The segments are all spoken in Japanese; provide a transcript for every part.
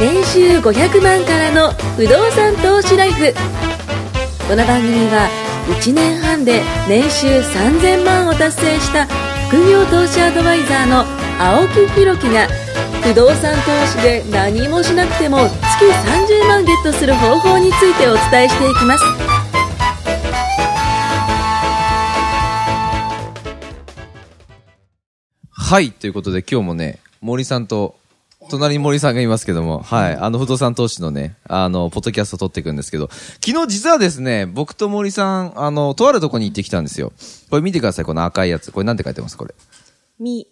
年収500万からの不動産投資ライフこの番組は1年半で年収3000万を達成した副業投資アドバイザーの青木弘樹が不動産投資で何もしなくても月30万ゲットする方法についてお伝えしていきますはい、ということで今日もね、森さんと、隣に森さんがいますけども、はい、あの、不動産投資のね、あの、ポッドキャストを撮っていくんですけど、昨日実はですね、僕と森さん、あの、とあるとこに行ってきたんですよ。これ見てください、この赤いやつ。これなんて書いてますこれ。ミ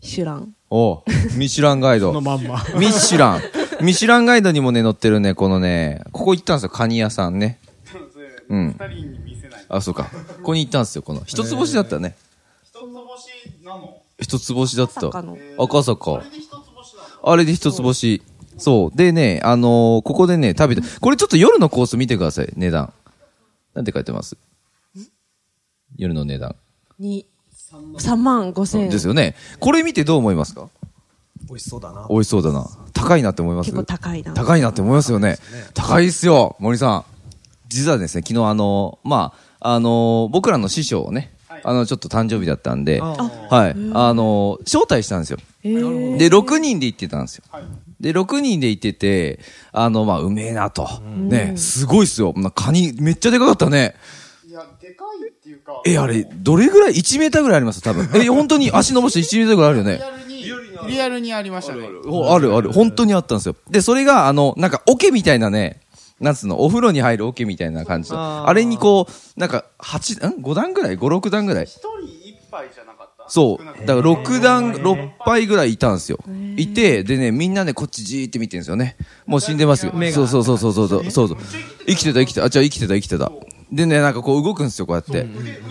シュラ ン。おうミシュランガ イド。のまんま。ミシュラン。ミシュランガイドにもね、載ってるね、このね、ここ行ったんですよ、カニ屋さんね。うん。二人に見せない。あ、そうか。ここに行ったんですよ、この。一つ星だったね。一つ星なの一つ星だった。赤坂の赤坂。で一つ星なのあれで一つ星。そう。でね、あのーここでね、食べて、これちょっと夜のコース見てください、値段。なんて書いてます夜の値段。に、3万5千円。ですよね。これ見てどう思いますか美味しそうだな。美味しそうだな。高いなって思います結構高いな。高いなって思いますよね。高いっすよ、森さん。実はですね、昨日あのーまあ、あのー僕らの師匠をね、あの、ちょっと誕生日だったんで、はい、あのー招待したんですよ。えーで、6人で行ってたんですよ。で、6人で行ってて、あの、まあ、うめえなと。ね、すごいっすよ。なカニ、めっちゃでかかったね。いや、でかいっていうか、え、あれ、どれぐらい ?1 メーターぐらいあります多分。え、本当に足伸ばして1メーターぐらいあるよねリ。アルに、リアルにありましたね。おあるある。本当にあったんですよ。で、それが、あの、なんか、桶みたいなね、なんつうの、お風呂に入る桶みたいな感じの。あれにこう、なんか、八ん ?5 段ぐらい ?5、6段ぐらい一人一杯じゃなかったそう。だから6段、6杯ぐらいいたんですよ。いて、でね、みんなね、こっちじーって見てるんですよね。もう死んでますよ。そうそうそうそうそうそう。そうそう生きてた生きてた。あ、じゃ生きてた生きてた。でね、なんかこう動くんですよ、こうやって。腕、腕全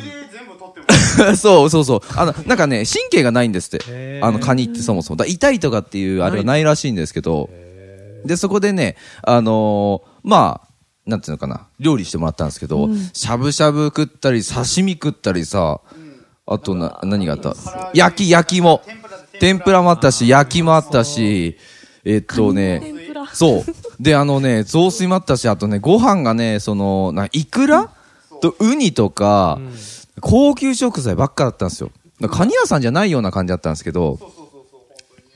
部 取っても そうそうそう。あの、なんかね、神経がないんですって。あの、カニってそもそも。だから痛いとかっていう、あれはないらしいんですけど。で、そこでね、あのーまあ、なんていうのかな、料理してもらったんですけど、しゃぶしゃぶ食ったり、刺身食ったりさ、あとな、何があった焼き、焼きも。天ぷらもあったし、焼きもあったし、えっとね、天ぷら。そう。で、あのね、雑炊もあったし、あとね、ご飯がね、その、な、イクラとウニとか、高級食材ばっかだったんですよ。だからカニ屋さんじゃないような感じだったんですけど、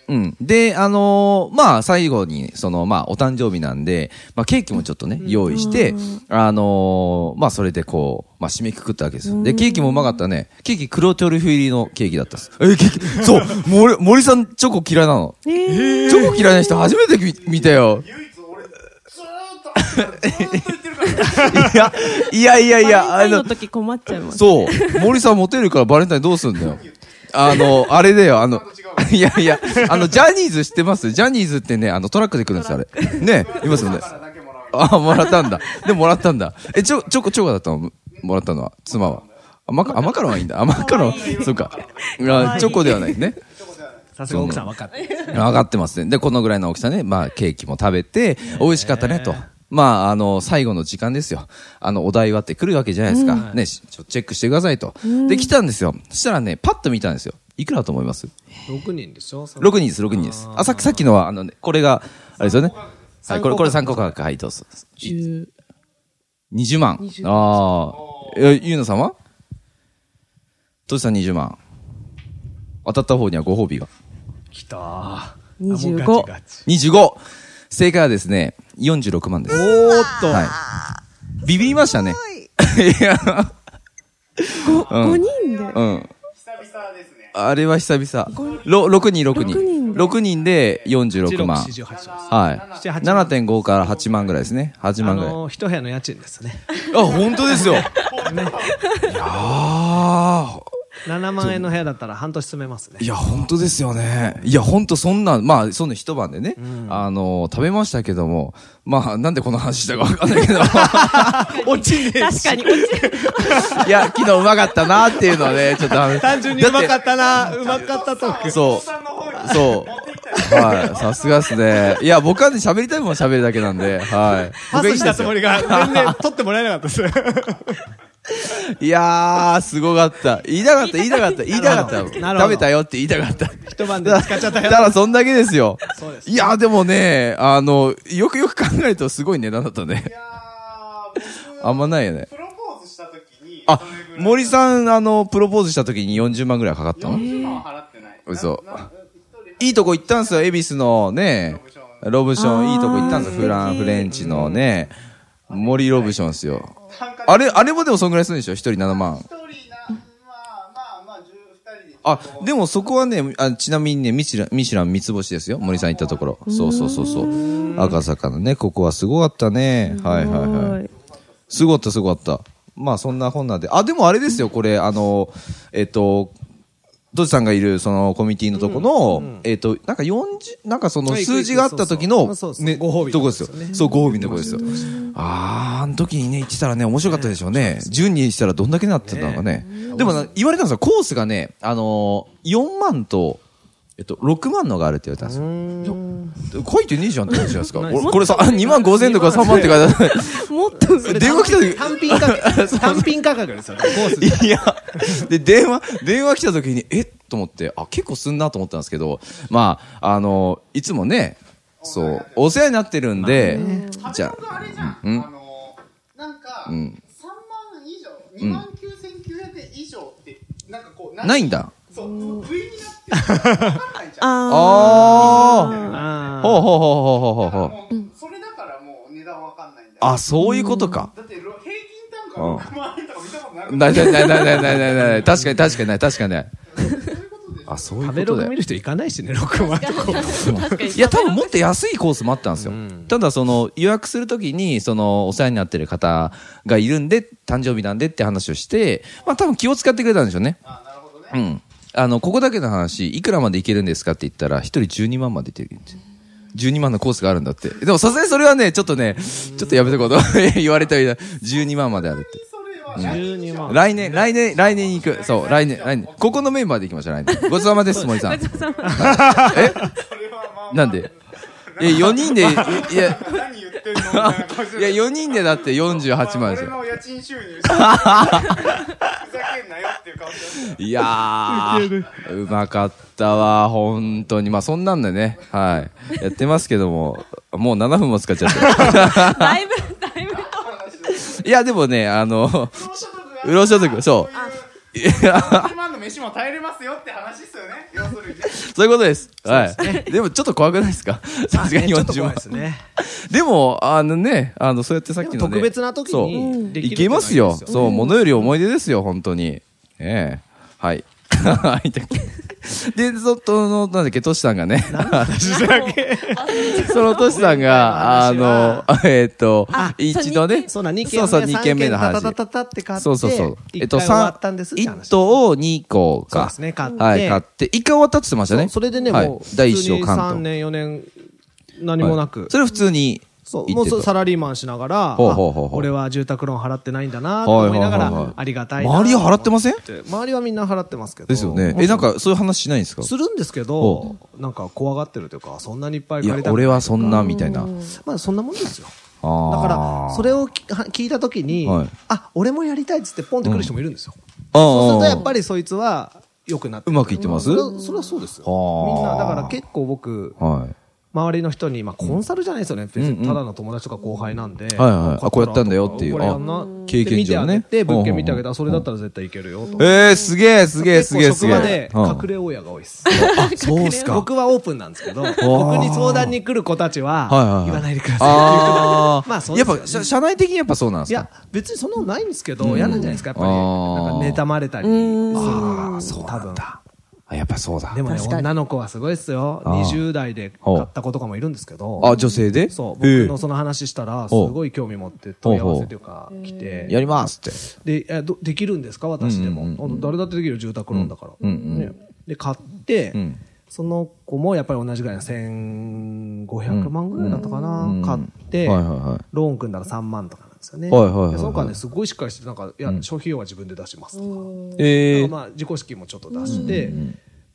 うん。で、あのーまあ、最後に、その、まあ、お誕生日なんで、まあ、ケーキもちょっとね、用意して、あのーまあ、それでこう、まあ、締めくくったわけですよ。で、ケーキもうまかったね。ケーキ黒トリュフ入りのケーキだったんです。え、ケーキ、そう、森、森さんチョコ嫌いなの。えーチョコ嫌いな人初めて見見たよ。唯一俺、ずーっと、ずーっと言ってるか ら、いや、いやいやいや、バレあンタインのの、時困っちゃいます。そう、森さんモテるからバレンタインどうすんだよ。あの、あれだよ、あの、いやいや、あの、ジャニーズ知ってますジャニーズってね、あの、トラックで来るんですよ、あれ。ね、いますよね。だけもらう。あ、もらったんだ。で、もらったんだ。え、ちょ、チョコ、チョコだったのもらったのは、妻は。甘か、甘からはいいんだ。甘からは、そうか。あチョコではないね。さすが奥さん分かって上る。がってますね。で、このぐらいの大きさね、まあ、ケーキも食べて、美味しかったね、と。まあ、あの、最後の時間ですよ。あの、お題はって来るわけじゃないですか。ね、しちょチェックしてくださいと。で、来たんですよ。そしたらね、パッと見たんですよ。いくらだと思います6人でしょ ?6 人です、6人です。あ、さっき、さっきのは、あのね、これが、あれですよね。はい、これ、これ参考価格。はい、どうぞ。 10 20万。ああ。え、ゆうなさんはとしさん20万。当たった方にはご褒美が。来たー。あもう25ガチガチ 25! 正解はですね、46万です。おーっと。はい。ビビりましたね。いや、 5人うん。で。久々ですね。あれは久々。ろ6人、6人。六人で6人で46万。 16 48ですはい。 7 7.5から8万ぐらいですね。8あ万ぐらい。のー、一部屋の家賃ですね。あ、本当 ですよ。いやー。 7万円の部屋だったら半年住めますねい。や、本当ですよね。いや、本当そんな、まあ、その一晩でね、あのー、食べましたけども、まあ、なんでこの話したかわかん ないけど、落ちねえ確かに、落ちる。いや、昨日うまかったなっていうのはね、ちょっとあの、単純にうまかったな、 うまかったと。そう。そう。はい。さすがですね。いや、僕はね、喋りたいもんは喋るだけなんで、はい。 パスしたつもりが全然取ってもらえなかったです。いやー、すごかった。言いたかった、言いたかった、言いたかった。なるほ食どべたよって言いたかった。一晩で使っちゃっただよ。からそんだけですよ。そうですいやー、でもね、あの、よくよく考えるとすごい値段だったね。やー僕あんまないよね。プロポーズした時にあそれぐ、らい森さん、あの、プロポーズした時に40万ぐらいかかったの40万払ってない嘘なな一人いいとこ行ったんすよ、恵比寿のね、ロブショあン、ーいいとこ行ったんすよ、素敵フラン、フレンチのね、森ロブションっすよ。単価であれ、あれもでもそんぐらいするんでしょ一人7万。一人なまあまあまあ10 2人であ、でもそこはね、あちなみにね、ミシュラン、ミシュラン三つ星ですよ。森さん行ったところ。そうそうそうそう。赤坂のね、ここはすごかったね。はいはいはい。い。すごかった、すごかった。まあ、そんな本なんで。あ、でもあれですよ、これ、あの、えっと、ドジさんがいる、その、コミュニティのとこの、えっと、なんか40、なんかその、はい数字があった時のそうそう、そうね、ご褒美とこですよそうですよ。ねそう、ご褒美のとこですよ。あー、あの時にね、行ってたらね、面白かったでしょうね。10にしたらどんだけなってたのかね。でもな、言われたんですよ、コースがね、あのー、4万と、えっと、6万のがあるって言われたんですよ。書いてねえじゃんって話じゃないですか。ないですこれさ、2万5千とか3万って書いてある。もっと上。電話来た時、単品価 格。単品価格ですよ。コースで。いや、で、電話、電話来た時に、えっと思って、あ、結構すんなと思ったんですけど、まあ、あの、いつもね、そう、お世話になってるんで、じゃあれじゃん、うんあのなんか、ん3万以上2万9900円以上ってなんかこうあ、ないんだだ。そう不意になってる分かんないじゃんあああ。ーほうほうほうほうほうほうほう。もうそれだからもう値段わかんないんだよあ、そういうことか。だってろ平均単価6万円とか見たことなくないないないないないないないないない。確かに確かにない、確かにない。あ、そういう食べこロとグだよ見。る人行かないしね、6万とか。いや、多分もっと安いコースもあったんですよ。ただ、その、予約するときに、その、お世話になってる方がいるんで、誕生日なんでって話をして、まあ多分気を使ってくれたんでしょうね。あなるほどねうん。あの、ここだけの話、いくらまでいけるんですかって言ったら、一人12万までいけるんです12万のコースがあるんだって。でもさすがにそれはね、ちょっとね、ちょっとやめとこう と言われたような、12万まであるって。それは12万。来年、来年、来年に行く。そう、来年、来年。ここのメンバーで行きましょう、来年。ごちそうさまです、森さん。 それはまあまあなん でいや、4人で、い や、何言ってんのみたいな顔していや、4人でだって48万です俺よ。の家賃収 入ふざけんなよっていう顔していやー、うまかったわ、本当に。まあ、そんなんでね、はい。やってますけども、もう7分も使っちゃ った。だいぶ、だいぶ。いや、でもね、あの、うろ所属、そ いや1万の飯も耐えれますよって話ですよね要するにう、そういうことです。はい。でも、ちょっと怖くないですかさすがにちょっと40怖万いで。すね。でも、あのね、あの、そうやってさっきのね。特別な時そうにできるいけますよ。っていうのそう、ものより思い出ですよ、本当に。ええはい。 はい。で、そその、なんだっけ、トシさんがね、 そのトシさんが、あ今回のの話は、えーっとあ、一度ね、そうだ、2そうそう、二軒軒目、目3の話軒タタ。タタって買って、そうそうそう。 1回終わったんですって1話。頭を2個そうでか。すね、買って。はい、買って、1回終わったって言ってましたね。そうそれでね、はいもう、第一章関3東。年、4年、何もなく。はいそれ普通にそう、言もってたうサラリーマンしながら、ほうほうほうあほう俺は住宅ローン払ってないんだなと思いながはいはいはいはいら、ありがたいな。周りは払ってませんて周りはみんな払ってますけど。ですよね。え、なんか、そういう話しないんですかするんですけど、なんか怖がってるというか、そんなにいっぱいい借やりた、く俺ないはそんな、みたいな。まあそんなもんですよ。だだから、それをきは聞いたときに、はいあ、俺もやりたいっつってポンって来る人もいるんですよ。そうすそるとやっぱりそいつは良くなってうまくいってますそれはそれはそうですよ。はあみんな、だから結構僕、はい。周りの人に、まあ、コンサルじゃないですよね、別うんうんにただの友達とか後輩なんで、はいはいあこうやったんだよっていうこれやんあな経験上ねで見てあげて、物件見てあげうんうんうたんら、それだったら絶対いけるよと。えー、すげえ、すげえ、すげえ、すげえ結。構職場で隠れ親が多いです。うんそうっすか。 僕はオープンなんです けど、僕に相談に来る子たちははいはいはい、言わないでくださああ。 まあそうやでっすよねぱ、社社内的にやっぱそうなんでい。いすかや、別にそんなのないんですけど、嫌なんじゃないですか、やっぱり。あなーんか、妬まれたりするのが、そう、多分。あやっぱそうだで。もね、女の子はすごいですよ。あー20代で買った子とかもいるんですけど。あ、女性でそう、ええ僕のその話したら、すごい興味持って問い合わせというか、来やて、りますって。で、えどできるんですか私でもうんうん。あの誰だってできるよ住宅ローンだから。うんうんねで、買って、んその子もやっぱり同じぐらいの1500万ぐらいだったかな、うん買って、はいはいはいローン組んだら3万とかなんですよね。はいはいはいはいでその子はね、すごいしっかりしてて、なんか、いや、消費用は自分で出しますとか。ええまあ、自己資金もちょっと出して、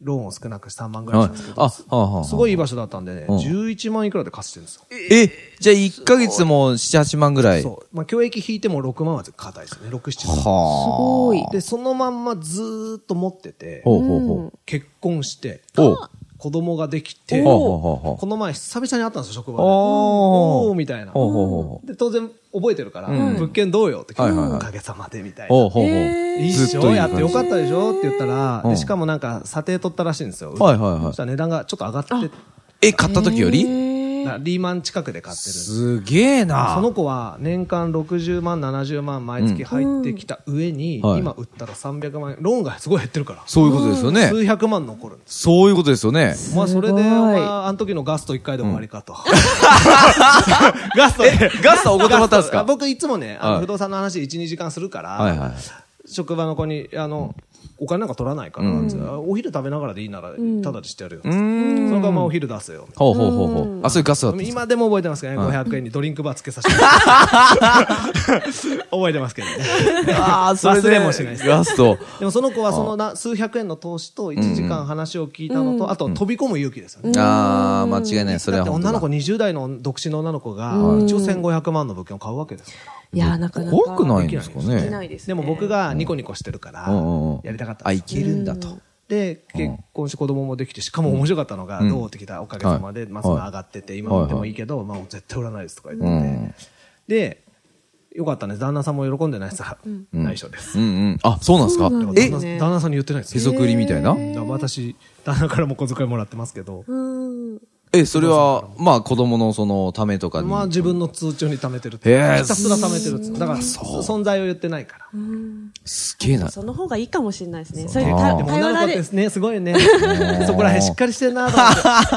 ローンを少なくして3万ぐらいはしいたんですけ。ど、あ、はあ、はあ。すごいいい場所だったんでね、うん11万いくらで貸してるんですよ。え、じゃあ1ヶ月も7、8万ぐらい。はそう。まあ、教育引いても6万は硬いですね。6、7あ。万。ほうごいで、そのまんまずーっと持ってて、ほうほ結婚して、う。おう。子供ができて、ほうこほうほうほう。の前久々に会ったんですよ、職場で。おおーーみたいな。ほうほうほうほう。で、当然覚えてるから、うん物件どうよって聞いはいて、はいはいおかげさまでみたいほうな。ほうほえう。いいっずしっとょいいやってよ感かったでしょって言ったら、うんでしかもなんか査定取ったらしいんですよ。はいはいはいそしたら値段がちょっと上がって、じ。え、買った時よりなリーマン近くで買ってる。すげえな。その子は年間60万、70万毎月入ってきた上に、うんはい今売ったら300万円、ローンがすごい減ってるから、そういうことですよね。数百万残るんです。そういうことですよね。お前それで、おすごい前、あの時のガスト1回で終わりかと。 ガストで。 ガストおごってもらったんですかガスト僕いつもね、はあのい不動産の話1、2時間するかはいはら、い。職場の子に、あの、お金なんか取らないから、つってお昼食べながらでいいなら、ただでしてやるよ。そのままお昼出すよ。ほうほうほうほう。あ、それガスだったんですか今でも覚えてますけどね、500円にドリンクバーつ けさせて。覚えてますけどね。ああ、忘れもしないですガスト。でもその子はそのな数百円の投資と1時間話を聞いたのと、あと飛び込む勇気ですよね。ああ、間違いない。それだはって本当だ女の子、20代の独身の女の子が、一応1500万の物件を買うわけですよ。いやー、なかなか。怖くないんですかできなね。いです、でね。も僕がニコニコしてるからうんうんうん、やりたかったんあ、でいすよ。けるんだと。で、結婚して子供もできて、しかも面白かったのが、どうってきたおかげさまで、はいまあその上がってて、今売ってもいいけど、まあ絶対売らないですとか言ってうんて。で、よかったね。旦那さんも喜んでないさ、内緒ですうん。うん。あ、そうなんですかそうなんえで旦す那ね旦那さんに言ってないですへそくりみたいなだから私、旦那からも小遣いもらってますけど、うん。え、それは、まあ子供のそのためとかに。まあ自分の通帳に貯めてるって。へひえたすら貯めてるっつだから、存在を言ってないから。すげえな。その方がいいかもしれないですね。そうでいうでたも頼女のら子っれてね、すごいね。 そこら辺しっかりしてるなと思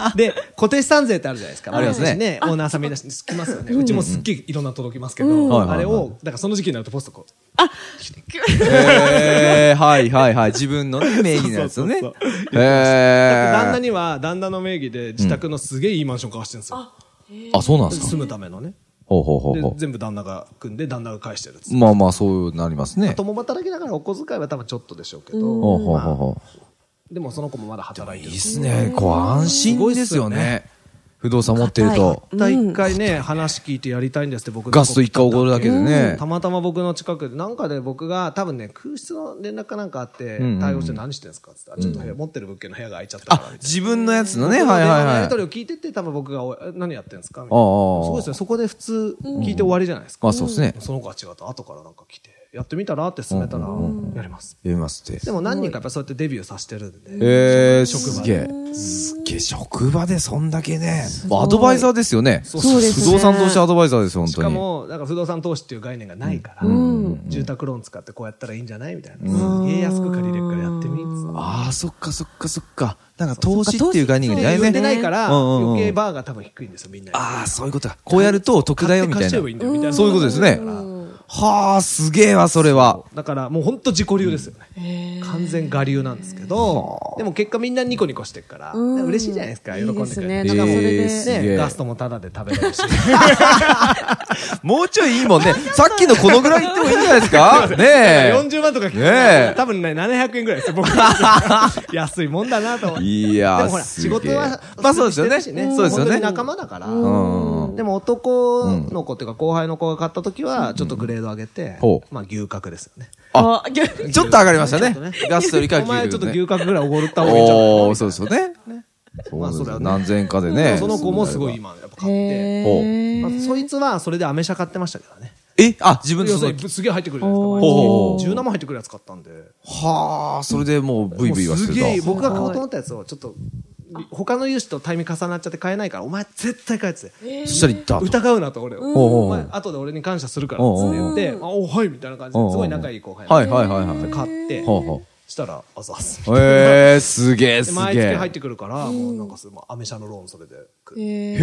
って。で、固定資産税ってあるじゃないですか。ありますね私ね、オーナーさんみ出してつきますよね。うちもすっげえいろんな届きますけはいはいど、はいあれを、だからその時期になるとポストこう。へえ、はいはいはい。自分のね、名義のやつをね。へそう旦那え。には旦那の名義で自宅のすげえいいマンション買わしてるんですよ。あ、そうなんですか住むためのね。ほうほうほうでほ、全部旦那が組んで、旦那が返してるっつってう。まあまあ、そうなりますね。共働きだからお小遣いは多分ちょっとでしょうけほど、うほうまほうあほう。でもその子もまだ働いているいっ。すね。こう、安心ですよね。不動産持ってると。一回一回ね、話聞いてやりたいんですって僕のガスト一回おごるだけでね。たまたま僕の近くで、なんかで僕が、多分ね、空室の連絡かなんかあってんうん、対応して何してんですかって言ったら、ちょっと部屋、持ってる物件の部屋が空いちゃったからあ、みたいな。自分のやつのね。僕はいの電話のはいやはりい取。りを聞いてって、多分僕がお、え何やってんですかみたあいあな。ああすごいですね。そこで普通聞いて終わりじゃないですまか。あそうですね。その子は違った。後からなんか来て、やってみたらって勧めたら、やります。読みますって。でも何人かやっぱそうやってデビューさせてるんで。えー、すげえ。すっげえ、職場でそんだけね。アドバイザーですよね。うそうそうですね不動産投資アドバイザーですよ、本し当かに。も、なんか不動産投資っていう概念がないから、住宅ローン使ってこうやったらいいんじゃないみたいな。すげえ安く借りれるからやってみっつってああ、そっかそっかそっか。なんか投資っていう概念がない言ってね。ないから、うんうんうん余計バーが多分低いんですよ、みんな。ああ、そういうことか。こうやると得だよ、みた貸いしちゃえばいいんだよみたいな。なそういうことですね。はあ、すげえわ、それは。だからもう本当自己流ですよね。完全我流なんですけど、でも結果みんなニコニコしてるから、嬉しいじゃないですか、喜んでくれて。いいですねしかもえーそれすげえでね、ガストもタダで食べれ るし。もうちょいいいもんね。さっきのこのぐらい言ってもいいんじゃないですかねえ。 40万とか聞くねえ多分ね、700円ぐらいですよ、僕 は安いもんだなと思って。いやーでもほら、すげ仕え事は、まあそうですよね普通にしてるしそうですよね本当に仲間だから。んでも男の子っていうか、後輩の子が買った時は、ちょっとグレード上げてほ、うまあ牛角ですよね。あ、ちょっと上がりましたちょねっと。ねガストよりかはお前ちょっとね牛角ぐらいおごった方がいいんじゃないおおそうですよね。そうまあですそうだよよね何千かででね。もその子もすごい今、やっぱ買って。ほう。まあそいつは、それでアメ車買ってましたけどね。えあ、自分の要すそるの、に、すげえ入ってくるじゃないほうですか。17万入ってくるやつ買ったんで。はあ、それでもうブイブイはもうすするげえ、と。僕が買おうと思ったやつを、ちょっと、他の融資とタイミング重なっちゃって買えないから、お前絶対買えっつって。そしたら行ったと。疑うなと俺を、おうお前後で俺に感謝するからっつって言って、あおはいみたいな感じおうおうですごい仲いい後輩はないんではいはいはい。買ってほうほしたらあざっすう。へえ、すげえです毎げ月入っえ。てくるからもうなんかすもうアメ車のローンそれで組んでへ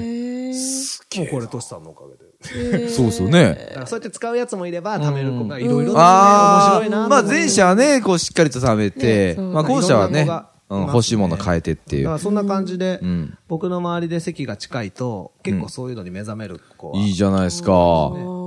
え。もうこれトシさんのおかげでそうですよね。だからそうやって使うやつもいれば貯める子がいろいろね面あ白いあな、まあ前者はね、こうしっかりと貯めて、まあ後者はねいろんなのが、うんいますね欲しいもの変えてっていだかうら。そんな感じで、ん僕の周りで席が近いと結構そういうのに目覚める子はいいじゃないですか。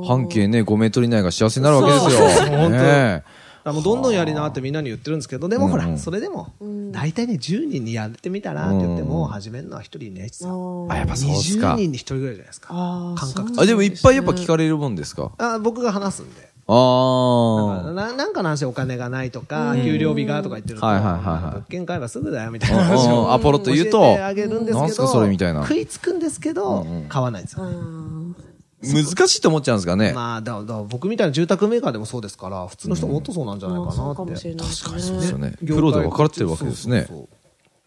半径ね、5メートル以内が幸せになるわけですよ。そうそうそうねえらもうどんどんやりなってみんなに言ってるんですけど、でもほうんうんら、それでも、大体ね、10人にやってみたらって言っても、始めるのは1人ね、実はああ、あやっぱそうですか20。人に1人ぐらいじゃないですか。あ感あ覚そうなんあ、でもいっぱいやっぱ聞かれるもんですか。あ僕が話すんで。ああ。ななんかの話でお金がないとか、給料日がとか言ってると、はいはいはいはい物件買えばすぐだよみたいうんな話うんをアポロと言うと教えてあげるんですなけんど、すかそれみたいな食いつくんですけど、買わないんですよね。難しいと思っちゃうんですかね。まあ、だだ僕みたいな住宅メーカーでもそうですから、普通の人もっとそうなんじゃないかなって。そうかもしれないですね。確かにそうですよね。業プ界ロで分かれてるわけですねそう。そう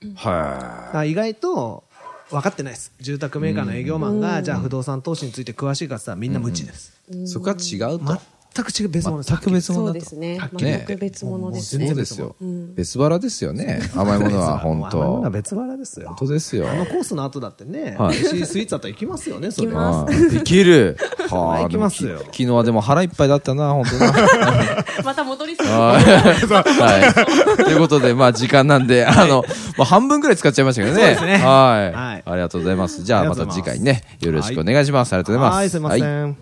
そうだはから意外と、分かってないです。住宅メーカーの営業マンが、じゃあ不動産投資について詳しいかって言ったらみんな無知です。い。そこは違うと。全く違う別物です。全く別そ物うだでとす。ね。はっきりね全く別物でそすうね。ですよ。別腹ですよね。甘いものは本甘いもの当。は本別腹ですよ。当ですよ。あのコースの後だってね、はい美味しいスイーツだったら行きますよね、それは。あーできる。 は行きますよでもき昨日はでも腹いっぱいだったな、本当な。 また戻りそう。はい。ということで、まあ、時間なんで、あの、まあ、半分くらい使っちゃいましたけどね。そうですねはい。はいありがとうございます。じゃあ、ありまがとたうござ次います回ね、よろしくお願いします。ありがとうございます。はい、すいませはいん。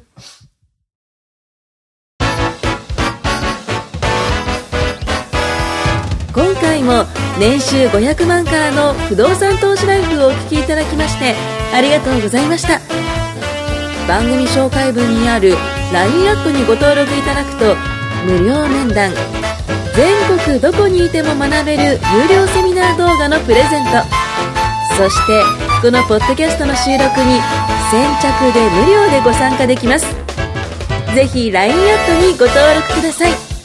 今回も年収500万からの不動産投資ライフをお聞きいただきましてありがとうございました番組紹介文にある LINE アップにご登録いただくと無料面談全国どこにいても学べる有料セミナー動画のプレゼントそしてこのポッドキャストの収録に先着で無料でご参加できますぜひ LINE アップにご登録ください